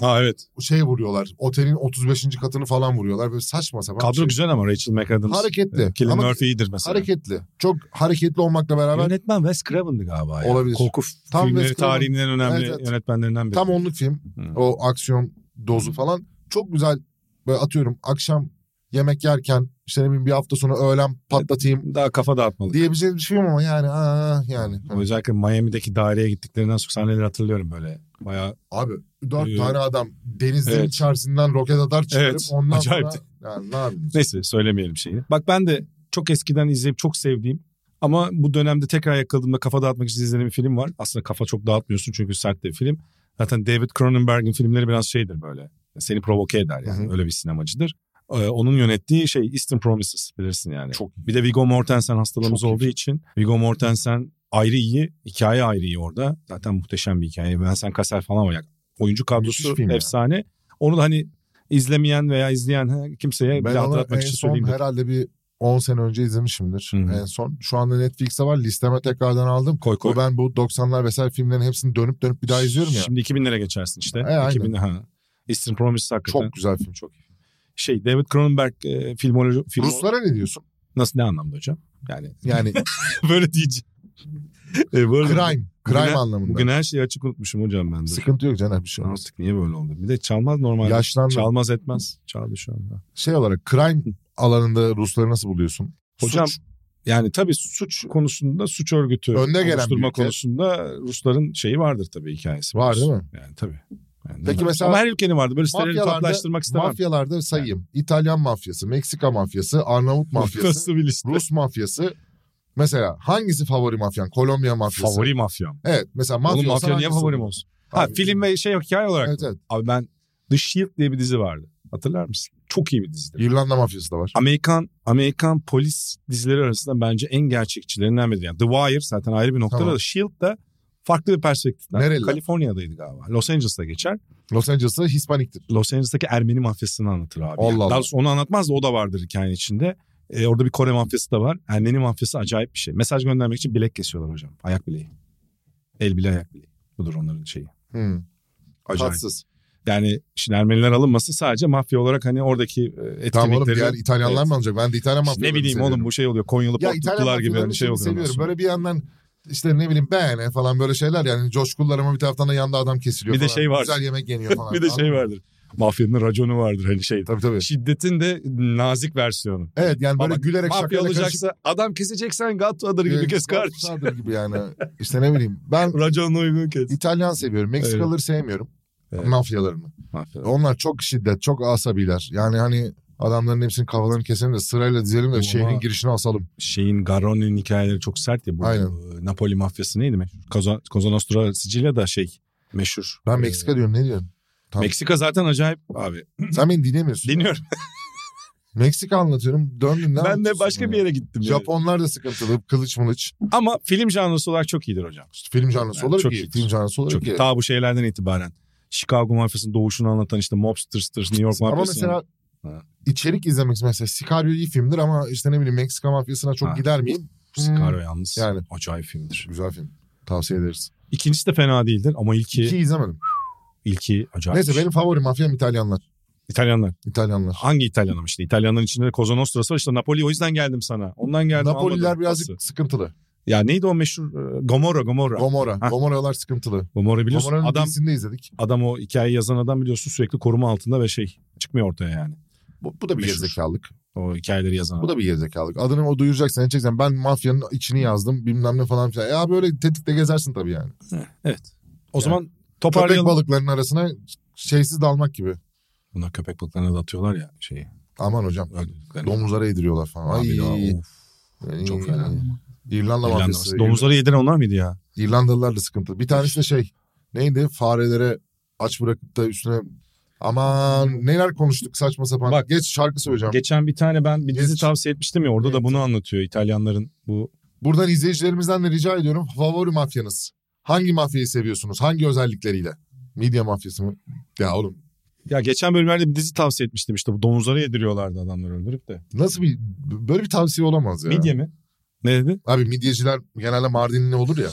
Ha evet. şey vuruyorlar. Otelin 35. katını falan vuruyorlar. Böyle saçma sapan. Kadro şey. güzel ama Rachel McAdams. Hareketli. Ee, Cillian Ama Murphy iyidir mesela. Hareketli. Çok hareketli olmakla beraber Yönetmen Wes Craven'dı galiba ya. Olabilir. Korku Tam filmleri Wes Craven. tarihinin en önemli Evet, evet. yönetmenlerinden biri. tam onluk film. Hı. O aksiyon dozu falan. Çok güzel böyle atıyorum akşam yemek yerken işte ne bileyim bir hafta sonra öğlen patlatayım Daha kafa dağıtmalı. diyebileceğim bir şey ama yani aa, yani. Hani Özellikle Miami'deki daireye gittiklerinden sonra sahneleri hatırlıyorum böyle. Bayağı Abi dört Ee, tane adam denizin evet. içerisinden roket atar çıkarıp Evet, ondan acayipti. sonra yani ne yapayım? neyse söylemeyelim şeyi. Bak ben de çok eskiden izleyip çok sevdiğim ama bu dönemde tekrar yakaladığımda kafa dağıtmak için izlediğim bir film var. Aslında kafa çok dağıtmıyorsun çünkü sert de bir film. Zaten David Cronenberg'in filmleri biraz şeydir böyle. Seni provoke eder yani. Hı hı. Öyle bir sinemacıdır. Ee, onun yönettiği şey Eastern Promises bilirsin yani. Çok Bir de Viggo Mortensen hastalığımız Çok iyi. olduğu için Viggo Mortensen ayrı iyi, hikaye ayrı iyi orada. Zaten muhteşem bir hikaye. Vincent Cassel falan var. Yani oyuncu kadrosu Müthiş film ya. efsane. Onu da hani izlemeyen veya izleyen he, kimseye Ben bile onu en hatırlatmak için son söyleyeyim. dedim. herhalde bir 10 sene önce izlemişimdir. Hı hı. En son. Şu anda Netflix'te var. Listeme tekrardan aldım. Koy koy. O ben bu 90'lar vesaire filmlerin hepsini dönüp dönüp bir daha izliyorum ya. Şimdi 2000 lira geçersin işte. E, aynen. 2000 ha. Eastern Promise hakikaten. Çok güzel film. Çok iyi. Şey David Cronenberg e, filmoloji film Ruslara ne diyorsun? nasıl ne anlamda hocam? Yani Yani böyle diyeceğim. e, bu arada- crime. Crime Bugün- anlamında. Bugün her şeyi açık unutmuşum hocam ben de. Sıkıntı yok canım bir şey olmaz. Artık niye böyle oldu? Bir de çalmaz normalde. Yaşlandı. Çalmaz etmez. Çaldı şu anda. Şey olarak crime alanında Rusları nasıl buluyorsun? Hocam Suç. yani tabii suç konusunda suç örgütü Önde gelen bir oluşturma ülke. konusunda Rusların şeyi vardır tabii hikayesi. Var değil mi? Yani tabii. Yani Peki bunlar- mesela- Ama her ülkenin vardı. Böyle Mafyalarda- stereotiplaştırmak istemem. Mafyalarda sayayım. İtalyan mafyası, Meksika mafyası, Arnavut mafyası. Nasıl bir liste? Rus mafyası mesela hangisi favori mafyan? Kolombiya mafyası. Favori mafyam. Evet mesela mafya Oğlum olsan mafya niye hangisi favorim olur? olsun? Ha Abi, film ve şey hikaye olarak Evet mı? evet. Abi ben The Shield diye bir dizi vardı. Hatırlar mısın? Çok iyi bir dizidir. İrlanda mafyası da var. Amerikan Amerikan polis dizileri arasında bence en gerçekçilerinden biri. Yani The Wire zaten ayrı bir noktada Tamam. da Shield da farklı bir perspektiften. Nereli? Kaliforniya'daydı galiba. Los Angeles'ta geçer. Los Angeles'ta Hispanik'tir. Los Angeles'taki Ermeni mafyasını anlatır abi. Allah Yani Allah. Daha doğrusu onu anlatmaz da o da vardır hikayenin içinde. Ee, orada bir Kore mafyası da var. Ermeni mafyası acayip bir şey. Mesaj göndermek için bilek kesiyorlar hocam. Ayak bileği. El bileği ayak bileği. Budur onların şeyi. Hmm. Acayip. Tatsız. Yani şimdi Ermeniler alınması sadece mafya olarak hani oradaki e, etkinlikleri. Tamam oğlum diğer İtalyanlar Evet. mı alacak? Ben de İtalyan İşte mafyalarını ne bileyim seviyorum. oğlum bu şey oluyor. Konyalı Ya İtalyan patlaklılar gibi hani şey oluyor. ondan seviyorum. sonra. Böyle bir yandan işte ne bileyim beğene falan böyle şeyler yani coşkullar ama bir taraftan da yanda adam kesiliyor Bir de falan. şey var. Güzel yemek yeniyor falan. bir de şey Anladın mı? vardır. Mafyanın raconu vardır hani şey. Tabii tabii. Şiddetin de nazik versiyonu. Evet yani böyle Ama gülerek Mafya şakayla karışık. olacaksa adam keseceksen Godfather gibi kes kardeşim. Sadır gibi yani. İşte ne bileyim. Ben Raconla uygun kes. İtalyan seviyorum. Meksikalıları sevmiyorum. Evet. Mafyalarını. Onlar çok şiddet, çok asabiler. Yani hani Adamların hepsinin kafalarını keselim de sırayla dizelim de Ama- şehrin girişine asalım. Şeyin Garrone'nin hikayeleri çok sert ya. Bu, Aynen. bu Napoli mafyası neydi meşhur? Cosa, Cosa Nostra Sicilya'da şey meşhur. Ben Ee, Meksika diyorum ne diyorum? Tamam. Meksika zaten acayip abi. Sen beni dinlemiyorsun. Dinliyorum. Meksika anlatıyorum. Döndün ne ben de anlatıyorsun başka bana? bir yere gittim. yani. Japonlar da sıkıntılı. Kılıç mılıç. Ama film janrısı olarak çok iyidir hocam. Film canlısı Yani olarak çok iyi. iyi. Film canlısı olarak Çok iyi. iyi. Ta bu şeylerden itibaren. Chicago mafyasının doğuşunu anlatan işte Mobsters, New York Ama mafyasının. mesela Ha. içerik izlemek için mesela Sicario iyi filmdir ama işte ne bileyim Meksika mafyasına çok Ha. gider miyim? Sicario yalnız Hmm. Yani. acayip filmdir. Güzel film. Tavsiye ederiz. İkincisi de fena değildir ama ilki, İki izlemedim. ilki acayip. Neyse benim favori mafyam İtalyanlar. İtalyanlar. İtalyanlar. Hangi İtalyanım işte? İtalyanların içinde de Cosa Nostra'sı var. İşte Napoli o yüzden geldim sana. Ondan geldim. Napoliler almadım. birazcık Nasıl? sıkıntılı. Ya neydi o meşhur? e, Gomorra, Gomorra. Gomorra. Ha. Gomorralar sıkıntılı. Gomorra biliyorsun. Gomorra'nın adam dizisini de izledik. adam o hikayeyi yazan adam biliyorsun sürekli koruma altında ve şey çıkmıyor ortaya yani. Bu, bu da bir Meşhur. gerizekalılık. O hikayeleri yazan. Bu da bir gerizekalılık. Adını o duyuracaksın, edeceksen ben mafyanın içini yazdım bilmem ne falan filan. Ya böyle tetikte gezersin tabii yani. Evet. O zaman Köpek toparlayalım. balıklarının arasına şeysiz dalmak gibi. Buna köpek balıklarına da atıyorlar ya şeyi. Aman hocam. öldürdüklerini. Domuzlara yediriyorlar falan. Abi Ay, ya, of, ay, çok fena. İrlanda İrlanda mafyası. arası. Domuzları yediren onlar mıydı ya? İrlandalılar da sıkıntılı. Bir tanesi de şey neydi farelere aç bırakıp da üstüne aman neler konuştuk saçma sapan. Bak. Geç şarkı söyleyeceğim. Geçen bir tane ben bir dizi Geç. tavsiye etmiştim ya orada da bunu anlatıyor İtalyanların bu Buradan izleyicilerimizden de rica ediyorum favori mafyanız. Hangi mafyayı seviyorsunuz? Hangi özellikleriyle? Midye mafyası mı? Ya oğlum ya geçen bölümlerde bir dizi tavsiye etmiştim işte bu domuzları yediriyorlardı adamları öldürüp de. nasıl bir böyle bir tavsiye olamaz ya. Midye mi? Ne dedi? Abi midyeciler genelde Mardinli olur ya.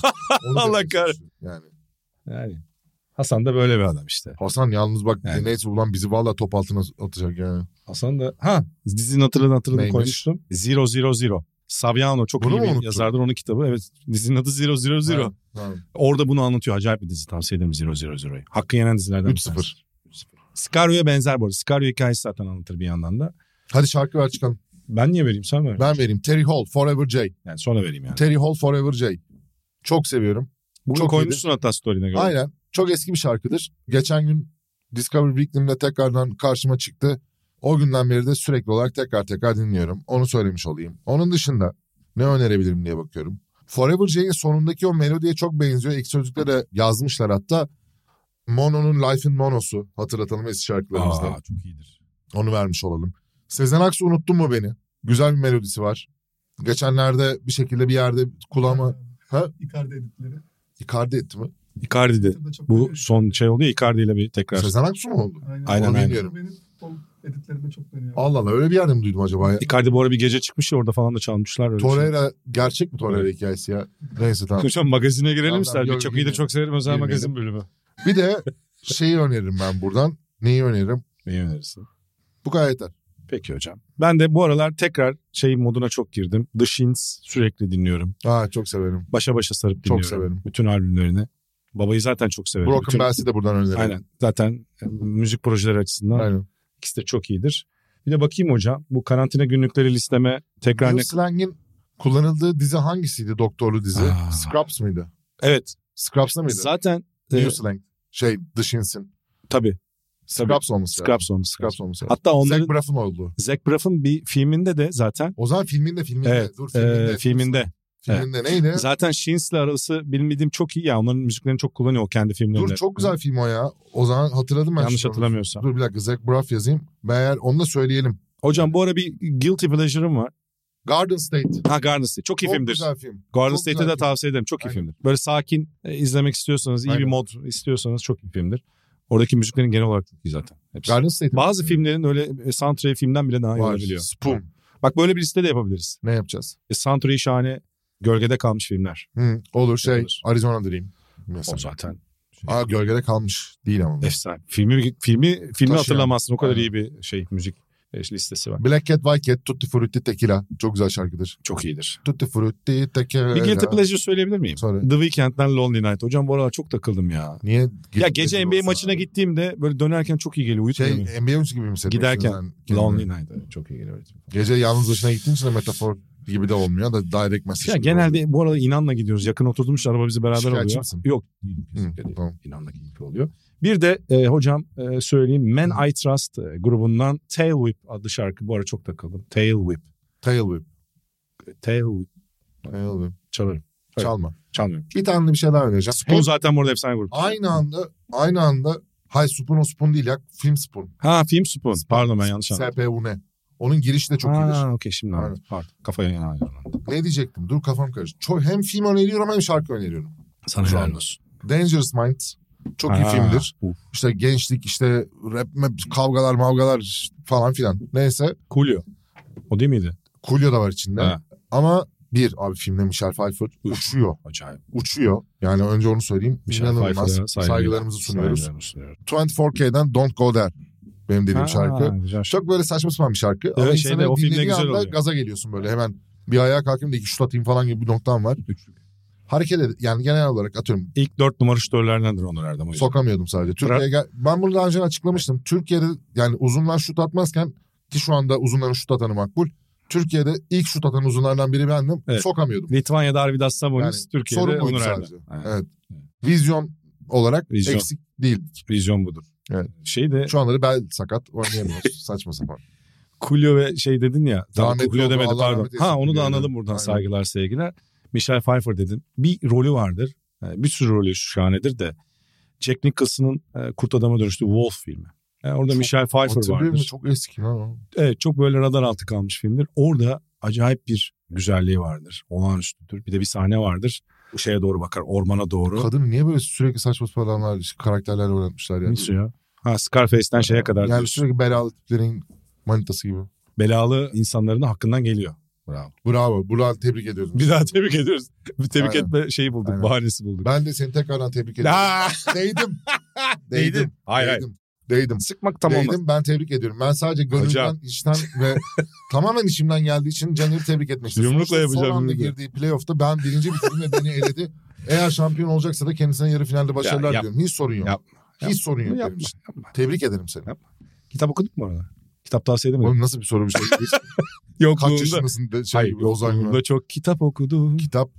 Onu Allah demeye kahretsin. çalışıyorum. Yani Yani Hasan da böyle bir adam işte. Hasan yalnız bak Yani. neyse ulan bizi valla top altına atacak yani. Hasan da ha dizinin hatırını hatırını Neymiş? koymuştum. Zero Zero Zero. Saviano çok Bunu mu iyi bir unuttun? yazardır onun kitabı. Evet dizinin adı Zero Zero Zero. Ha, ha. Orada bunu anlatıyor. Acayip bir dizi tavsiye ederim Zero Zero Zero'yu. Hakkı yenen dizilerden bir 3-0. tanesi. Sicario'ya benzer bu arada. Sicario hikayesi zaten anlatır bir yandan da. Hadi şarkı ver çıkalım. Ben niye vereyim sen ver. Ben vereyim. Terry Hall, Forever J. Yani sonra vereyim yani. Terry Hall, Forever J. Çok seviyorum. Bugün çok koymuşsun hatta story'ine göre. Aynen. Çok eski bir şarkıdır. Geçen gün Discovery Weekly'imde tekrardan karşıma çıktı. O günden beri de sürekli olarak tekrar tekrar dinliyorum. Onu söylemiş olayım. Onun dışında ne önerebilirim diye bakıyorum. Forever J'in sonundaki o melodiye çok benziyor. İlk sözlükte de yazmışlar hatta. Mono'nun Life in Mono'su. Hatırlatalım eski şarkılarımızdan. Aa, çok iyidir. Onu vermiş olalım. Sezen Aksu unuttun mu beni? Güzel bir melodisi var. Geçenlerde bir şekilde bir yerde kulağıma ha? Icardi editleri. Icardi etti mi? Icardi'di. Twitter'da çok E, Bu beğeniyorum. son şey oldu ya Icardi ile bir tekrar. Sezen Aksu mu oldu? Aynen. Aynen, Onu aynen. bilmiyorum. Benim futbol editlerinde çok beğeniyorum. Allah Allah öyle bir yerde mi duydum acaba ya? Icardi bu ara bir gece çıkmış ya orada falan da çalmışlar. Öyle bir şey. Torreira gerçek mi Torreira hikayesi ya? Neyse tamam. Hocam magazine girelim Tamam, ister. yok, Çok iyidir girmeyelim. çok severim özel Girmeyelim. magazin bölümü. Bir de şeyi öneririm ben buradan. Neyi öneririm? Neyi önerirsin? Bu kadar yeter. Peki hocam. Ben de bu aralar tekrar şey moduna çok girdim. The Shins sürekli dinliyorum. Aa çok severim. Başa başa sarıp Çok dinliyorum. severim. Bütün albümlerini. Babayı zaten çok severim. Broken Bütün- Bells'i de buradan öneririm. Aynen. Zaten e, müzik projeleri açısından Aynen. ikisi de çok iyidir. Bir de bakayım hocam. Bu karantina günlükleri listeme tekrar Bill ne... Slang'in kullanıldığı dizi hangisiydi doktorlu dizi? Aa. Scrubs mıydı? Evet. Scrubs'ta mıydı? Zaten e, Bill Slang. Şey The Shins'in. tabii. Scrubs olması lazım. Scraps olmuş. Scrubs olması lazım. Hatta onların Zac Braff'ın olduğu. Zac Braff'ın bir filminde de zaten O zaman filminde filminde. Evet, Dur filminde. e, filminde. Filminde neydi? Zaten Shins'le arası bilmediğim çok iyi ya. Onların müziklerini çok kullanıyor o kendi filmlerinde. Dur çok güzel film o ya. O zaman hatırladım ben. Yanlış şimdi onu. hatırlamıyorsam. Dur bir dakika Zac Braff yazayım. Meğer onu da söyleyelim. Hocam bu ara bir Guilty Pleasure'ım var. Garden State. Ha Garden State. Çok iyi Çok filmdir. güzel film. Garden Çok State'i güzel de film. tavsiye ederim. Çok iyi Aynen. filmdir. Böyle sakin e, izlemek istiyorsanız, iyi bir Aynen. mod istiyorsanız çok iyi filmdir. Oradaki müziklerin genel olarak çok iyi zaten. Hepsi. Garden State. Bazı filmlerin öyle e, soundtrack'i filmden bile daha iyi var. olabiliyor. Spoon. Bak böyle bir liste de yapabiliriz. Ne yapacağız? E, soundtrack'i şahane, gölgede kalmış filmler. Hı, olur şey Yapılır. Arizona Dream. Mesela. O zaten. Aa gölgede kalmış değil ama. bu. Efsane. Filmi filmi filmi Taşıyan. hatırlamazsın. O kadar Aynen. iyi bir şey müzik e, listesi var. Black Cat, White Cat, Tutti Frutti Tequila. Çok güzel şarkıdır. Çok iyidir. Tutti Frutti Tequila. Bir guilty pleasure söyleyebilir miyim? Söyle. The Weeknd'den Lonely Night. Hocam bu aralar çok takıldım ya. Niye? ya guilty gece pleasure NBA olsun maçına abi? gittiğimde böyle dönerken çok iyi geliyor. Şey Uyutmuyor. beni. NBA oyuncusu gibi mi hissediyorsun Giderken sen kendini? şey Lonely Night. evet, Çok iyi geliyor. Gece yalnız başına gittiğin için de metafor gibi de olmuyor da direct mesaj. Ya genelde bu arada inanla gidiyoruz. Yakın oturtmuş araba bizi beraber Şikayetçi alıyor. misin? Yok. değilim, kesinlikle Hı, değilim. tamam. İnanla keyifli oluyor. Bir de e, hocam e, söyleyeyim Men I Trust e, grubundan Tail Whip adlı şarkı bu ara çok takıldım. Tail Whip. Tail whip. Tail Whip Tail whip. çalarım. Evet. Çalma. Çalmıyorum. Bir tane de bir şeyler vereceğim. Spoon zaten burada efsane grup. Aynı anda aynı anda Hay Spoon o Spoon değil ya. Film Spoon. Ha film Spoon. Pardon ben yanlış anladım. SPU ne? Onun girişi de çok iyidir. Ha okey şimdi anladım. Pardon kafaya yana ayarlandı. Ne diyecektim? Dur kafam karıştı. Çok, hem film öneriyorum hem şarkı öneriyorum. Sana Güzel. helal olsun. Dangerous Mind. Çok iyi Ha, filmdir. uf. İşte gençlik işte rap map, kavgalar mavgalar falan filan. Neyse Coolio. O değil miydi? Kulyo da var içinde. Ha. Ama bir abi filmde Michelle Pfeiffer uçuyor. Acayip. Uçuyor. Yani önce onu söyleyeyim. Michelle İnanılmaz. Pfeiffer'a saygı- Saygılarımızı sunuyoruz. Saygılarımı sunuyorum. 24K'den Don't Go There benim dediğim Ha, şarkı. Güzel şarkı. Çok böyle saçma sapan bir şarkı. Ama Evet, insanı şeyde, o filmde dinlediği güzel anda oluyor. gaza geliyorsun böyle hemen. Bir ayağa kalkayım da iki şut atayım falan gibi bir noktam var. Üçlük. Hareket ed- yani genel olarak atıyorum İlk dört numara şutörlerdendir onlar Erdem. o yüzden. sokamıyordum sadece. Türkiye'ye gel- ben bunu daha önce açıklamıştım. Türkiye'de yani uzunlar şut atmazken ki şu anda uzunların şut atanı makbul. Türkiye'de ilk şut atan uzunlardan biri bendim. Evet. Sokamıyordum. Litvanya'da Arvidas Sabonis, Yani Türkiye'de sorun buydu Onur Erdem. sadece. Aynen. Evet. Vizyon olarak Vizyon. eksik değildik. Vizyon budur. Evet. Şey de Şu anları bel sakat oynayamıyoruz. Saçma sapan. Kulyo ve şey dedin ya. Tamam, Rahmetli Kulyo oldu, demedi Allah pardon. rahmet eylesin Ha onu da Kulyo'yu. analım buradan Aynen. saygılar sevgiler. Michelle Pfeiffer dedim. Bir rolü vardır. Yani Bir sürü rolü şahanedir de. Jack Nicholson'ın e, Kurt Adam'a dönüştüğü Wolf filmi. Yani orada Çok Michelle Pfeiffer Hatırlıyor musun? vardır. Çok eski lan o. Evet çok böyle radar altı kalmış filmdir. Orada acayip bir güzelliği vardır. Olağanüstüdür. Bir de bir sahne vardır. Şeye doğru bakar ormana doğru. Kadını niye böyle sürekli saçma sapan adamlar, karakterlerle oynatmışlar yani? Neyse ya. Ha Scarface'den şeye kadar. yani diyorsun. sürekli belalı tiplerin manitası gibi. belalı insanların da hakkından geliyor. Bravo. Bravo. Buradan tebrik ediyorum. Bir daha tebrik ediyoruz. Bir tebrik Aynen. etme şeyi bulduk, Aynen. bahanesi bulduk. Ben de seni tekrardan tebrik ediyorum. Aa! Değdim. Değdin. Değdim. Hayır hayır. Değdim. Değdim. Sıkmak tam olmaz. Değdim ben tebrik ediyorum. Ben sadece gönülden, Hocam. içten ve tamamen içimden geldiği için Caner'i tebrik etmek istiyorum. Yumrukla Sonuçta yapacağım, Son anda yumrukla. girdiği playoff'ta ben birinci bitirdim ve beni eledi. Eğer şampiyon olacaksa da kendisine yarı finalde başarılar Ya, yap. diliyorum. Hiç sorun yok. Yapma, Hiç sorun yok benim Yapma, için. yapma. Tebrik ederim seni. Yap. Kitap okuduk mu arada? Kitap tavsiye edemedim. Oğlum nasıl bir soru bir şey? Hiç- Kaç Yokluğunda. yaşındasın? De, şey Hayır gibi, Ozan gibi. yokluğunda çok kitap okudum. Kitap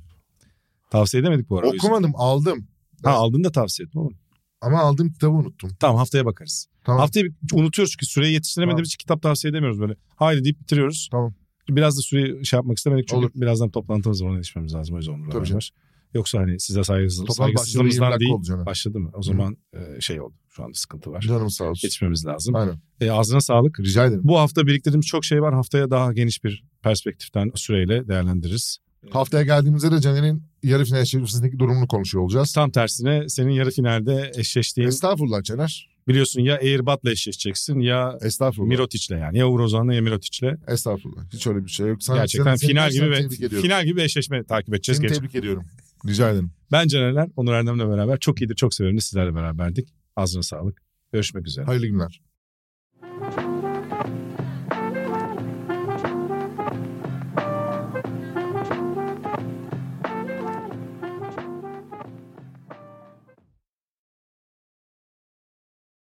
Tavsiye edemedik bu arada. o yüzden. okumadım aldım. Ha aldın da tavsiye etme oğlum. Ama aldığım kitabı unuttum. Tamam haftaya bakarız. Tamam. Haftaya bir- unutuyoruz çünkü süreyi yetiştiremediğimiz için kitap tavsiye edemiyoruz böyle. Haydi deyip bitiriyoruz. Tamam. Biraz da süreyi şey yapmak istemedik çünkü Olur. birazdan toplantımız var ona yetişmemiz lazım o yüzden onunla Tabii beraber. Yoksa hani size saygısız, Toplam başladı 20 saygısızlığımızdan dakika değil. oldu canım. Başladı mı? O zaman e, şey oldu. Şu anda sıkıntı var. Canım sağ olsun. Geçmemiz lazım. Aynen. E, ağzına sağlık. Rica ederim. Bu hafta biriktirdiğimiz çok şey var. Haftaya daha geniş bir perspektiften süreyle değerlendiririz. Haftaya geldiğimizde de Caner'in yarı final eşleşmesindeki durumunu konuşuyor olacağız. Tam tersine senin yarı finalde eşleştiğin Estağfurullah Caner. biliyorsun ya Airbut'la eşleşeceksin ya Estağfurullah. Mirotic'le yani. Ya Uğur Ozan'la ya Mirotic'le. Estağfurullah. Hiç öyle bir şey yok. Sana- Gerçekten seni- final seni gibi tebrik ve ediyorum. final gibi eşleşme takip edeceğiz. Seni Geç. tebrik ediyorum. Rica ederim. Ben Canerler, Onur Erdem'le beraber çok iyidir, çok severim de sizlerle beraberdik. Ağzına sağlık. Görüşmek üzere. Hayırlı günler.